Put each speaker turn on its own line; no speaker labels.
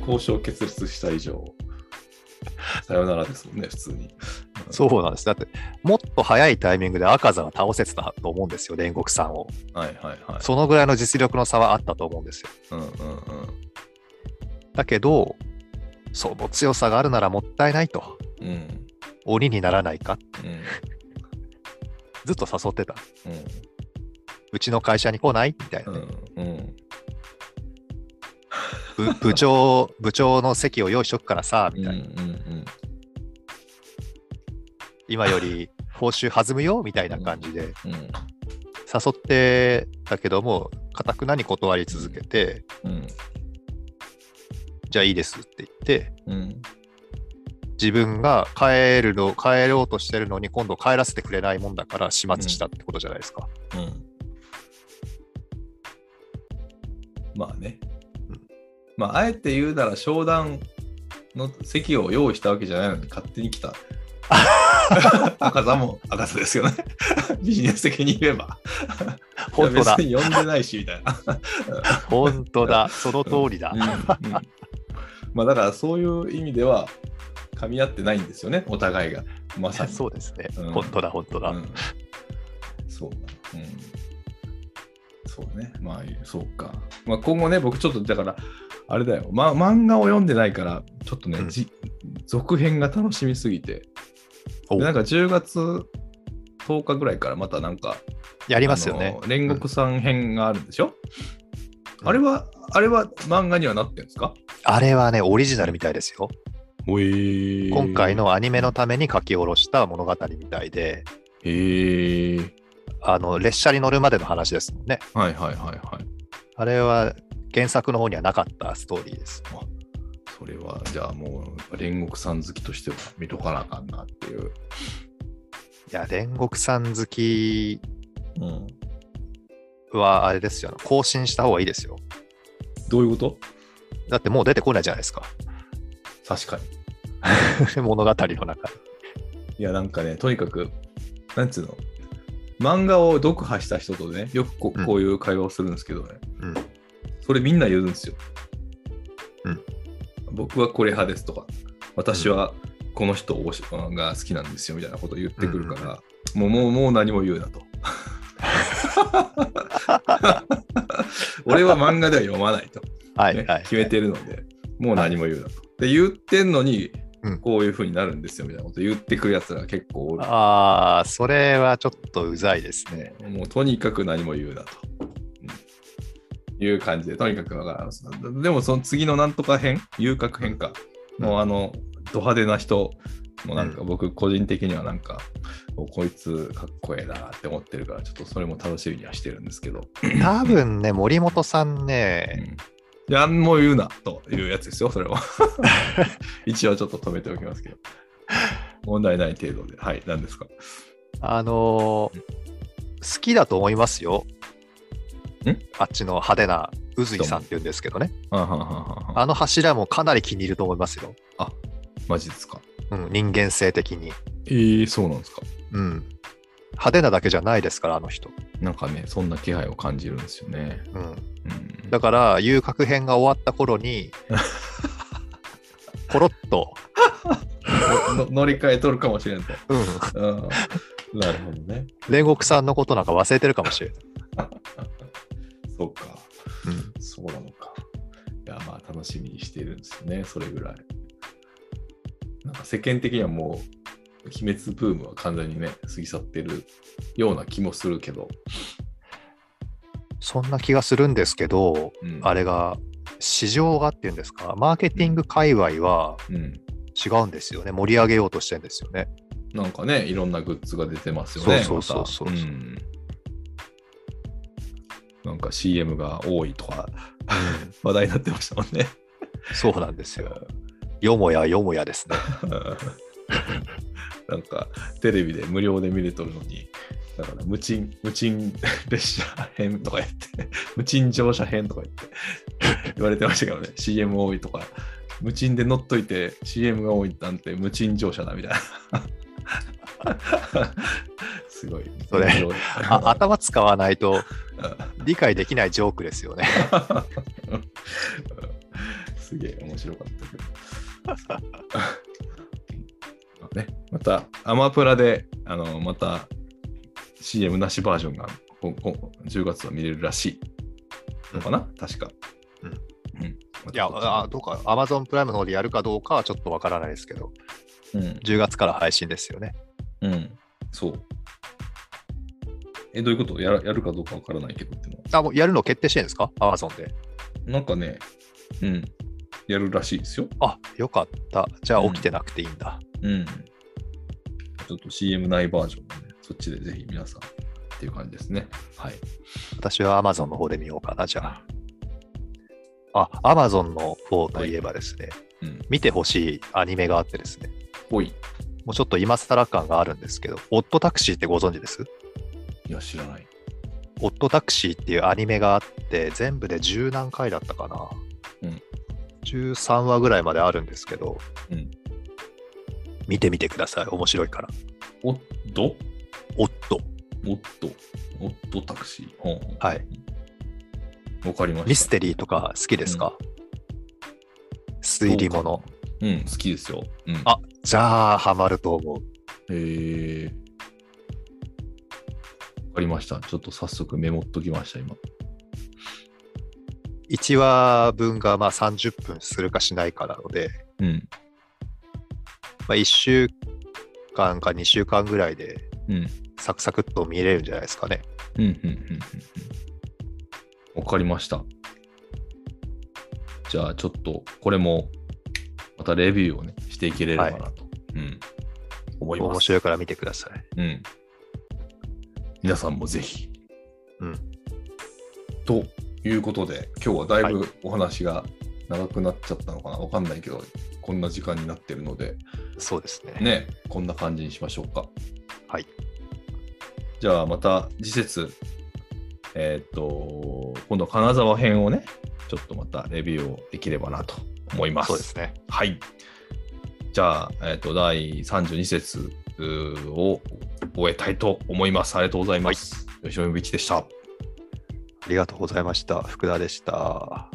交渉を決裂した以上、さよならですもんね、普通に。
そうなんです。だって、もっと早いタイミングで赤座が倒せてたと思うんですよ、煉獄さんを。
はいはいはい。
そのぐらいの実力の差はあったと思うんですよ。
うんうんうん。
だけど、その強さがあるならもったいないと。
うん
鬼にならないか
うん
ずっと誘ってた。
うん
うちの会社に来ないみたいな、ね
うんうん
ぶ部 長、部長の席を用意しとくからさ、
う
み
ん
た
う
いな。
ん
今より報酬弾むよ、みたいな感じで。
うん
誘ってたけども、かたくなに断り続けて、
うん
じゃあいいですって言って、
うん
自分が帰るの、帰ろうとしてるのに今度帰らせてくれないもんだから始末したってことじゃないですか。
うんまあね
うん。
まあ、あえて言うなら商談の席を用意したわけじゃないのに勝手に来 た。赤座も赤座ですよね。ビジネス的に言えば。
本当だ
い、や別に呼んでないしみたいな。
本当だ、その通りだ。
うんうん まあだからそういう意味では噛み合ってないんですよね、お互いが。まさに。
そうですね、
うん
本当だ、本当だ。
うん、そうだ、うん。そうね。まあ、そうか。まあ、今後ね、僕ちょっとだから、あれだよ、ま、漫画を読んでないから、ちょっとね、
うん
じ続編が楽しみすぎて。
お
でなんか10月10日ぐらいからまたなんか、
やりますよね
あ。の煉獄さん編があるんでしょ、
うん
あれは、あれは漫画にはなってるんですか
あれはね、オリジナルみたいですよ。
おえ
今回。のアニメのために書き下ろした物語みたいで、
へえ。
あの列車に乗るまでの話ですもんね。
はいはいはいはい。
あれは原作の方にはなかったストーリーです。
それは、じゃあもう、煉獄さん好きとしては見とかなあかんなっていう。
いや、煉獄さん好き
うん、
はあれですよ、更新した方がいいですよ。
どういうこと
だってもう出てこないじゃないで すか。
確かに。
物語の中に。
いや、なんかね、とにかく、なんつうの、漫画を読破した人とね、よくこ
うん
こういう会話をするんですけどね、
うん
それみんな言うんですよ。
うん
僕はこれ派ですとか、私はこの人をが好きなんですよみたいなことを言ってくるから、もうもうもう何も言うな と。 俺は漫画では読まないと。
はい
ね
はい。
決めてるので、もう何も言うなと。で、言ってんのに
うん、
こういう風になるんですよみたいなこと言ってくるやつら結構おる。
ああ、それはちょっとうざ いですね。
ね、もうとにかく何も言うなと。うんいう感じで、とにかくわからんす。でも、その次のなんとか編、遊郭編か、
うん
もうあの、ド派手な人、もうなんか僕個人的にはなんか、おこいつかっこええなって思ってるから、ちょっとそれも楽しみにはしてるんですけど。
多分ね、森本さん
う
ね、
ん何も言うなというやつですよ、それ は。一応ちょっと止めておきますけど。問題ない程度で。はい、何ですか。
あのー好きだと思いますよ。
ん
あっちの派手な宇津井さんって言うんですけどね。
あはははは
あの柱もかなり気に入ると思いますよ。
マジですか。
うん、人間性的に。
えー、そうなんですか。
うん。派手なだけじゃないですから、あの人。
なんかね、そんな気配を感じるんですよね。
うん。
うん、
だから、遊郭編が終わった頃 に、ポロッと、
の乗り換えとるかもしれんと。
うん、
うん、なるほどね。
煉獄さんのことなんか忘れてるかもしれない。
そうか、
うん
そうなのか。いや、まあ楽しみにしてるんですよね、それぐらい。なんか世間的にはもう、鬼滅ブームは完全にね、過ぎ去ってるような気もするけど。
そんな気がするんですけど、
うん、
あれが、市場がっていうんですか、マーケティング界隈は
うん。
違うんですよね。盛り上げようとしてるんですよね。
なんかね、いろんなグッズが出てますよね。
そうそうそうそう
またんなんか CM が多いとか 話題になってましたもんね。
そうなんですよ。よもやよもや ですね。
なんかテレビで無料で見れとるのに、だから無賃、無賃列車編とか言って、 無賃乗車編とか言って、 言われてましたけどね、CM 多いとか、無賃で乗っといて CM が多いなんて無賃乗車だみたいな。 すごい。
それ
面白い
あ頭使わない と理解できないジョークですよね。
うんすげえ面白かったけど。ま あね、また、アマプラで、あの、また CM なしバージョンがここ10月は見れるらしいのかな、確か。
うん
うんま
い
た
や、あどうか、Amazon プライムの方でやるかどうかはちょっとわからないですけど、
うん。
10月から配信ですよね。
うん。そう。え、どういうことやらやるかどうかわからないけどっていうのは。
あ、もうやるの決定してるんですか ?Amazon で。
なんかね、うん。やるらしいですよ。
あ、よかった。じゃ
う
あ
ん
起きてなくていいんだ。
うん。ちょっと CM ないバージョンもね、そっちでぜひ皆さんっていう感じですね。はい。
私は Amazon の方で見ようかな、じゃあ。あ、Amazon の方といえばですね、
うん。
見てほしいアニメがあってですね、
ほい。
もうちょっと今更感があるんですけど、オットタクシーってご存知です
いや、知らない。
オットタクシーっていうアニメがあって、全部で十何回だったかな。
うん
13話ぐらいまであるんですけど、
うん
見てみてください。面白いから。
おっと
オット。
おっとおっとタクシー。ほんほん
はい。
わかりました。
ミステリーとか好きですか、推理
そう
物
か。うん、好きですよ。うん。
あじゃあ、ハマると思う。
へえ。わかりました。ちょっと早速メモっときました、今。
1話分がまあ30分するかしないかなので、
うん。
まあ、1週間か2週間ぐらいで
うん。うん、
サクサクっと見れるんじゃないですかね。
うん、うん、うんうん。わかりました。じゃあ、ちょっと、これも、またレビューをね、していければなと。うん。思います。
面白いから見てください。
うん。皆さんもぜひ。
うん。
ということで、今日はだい
は
ぶお話が長くなっちゃったのかな、わかんないけど、こんな時間になってるので、
そうですね。
ね、こんな感じにしましょうか。
はい。
じゃあ、また次節、えーっと、今度は金沢編をね、ちょっとまたレビューをできればなと思います。
そうですね。
はい。じゃあ、えっ、と、第32節うーを終えたいと思います。ありがとうございます。吉野美きでした。
ありがとうございました。福田でした。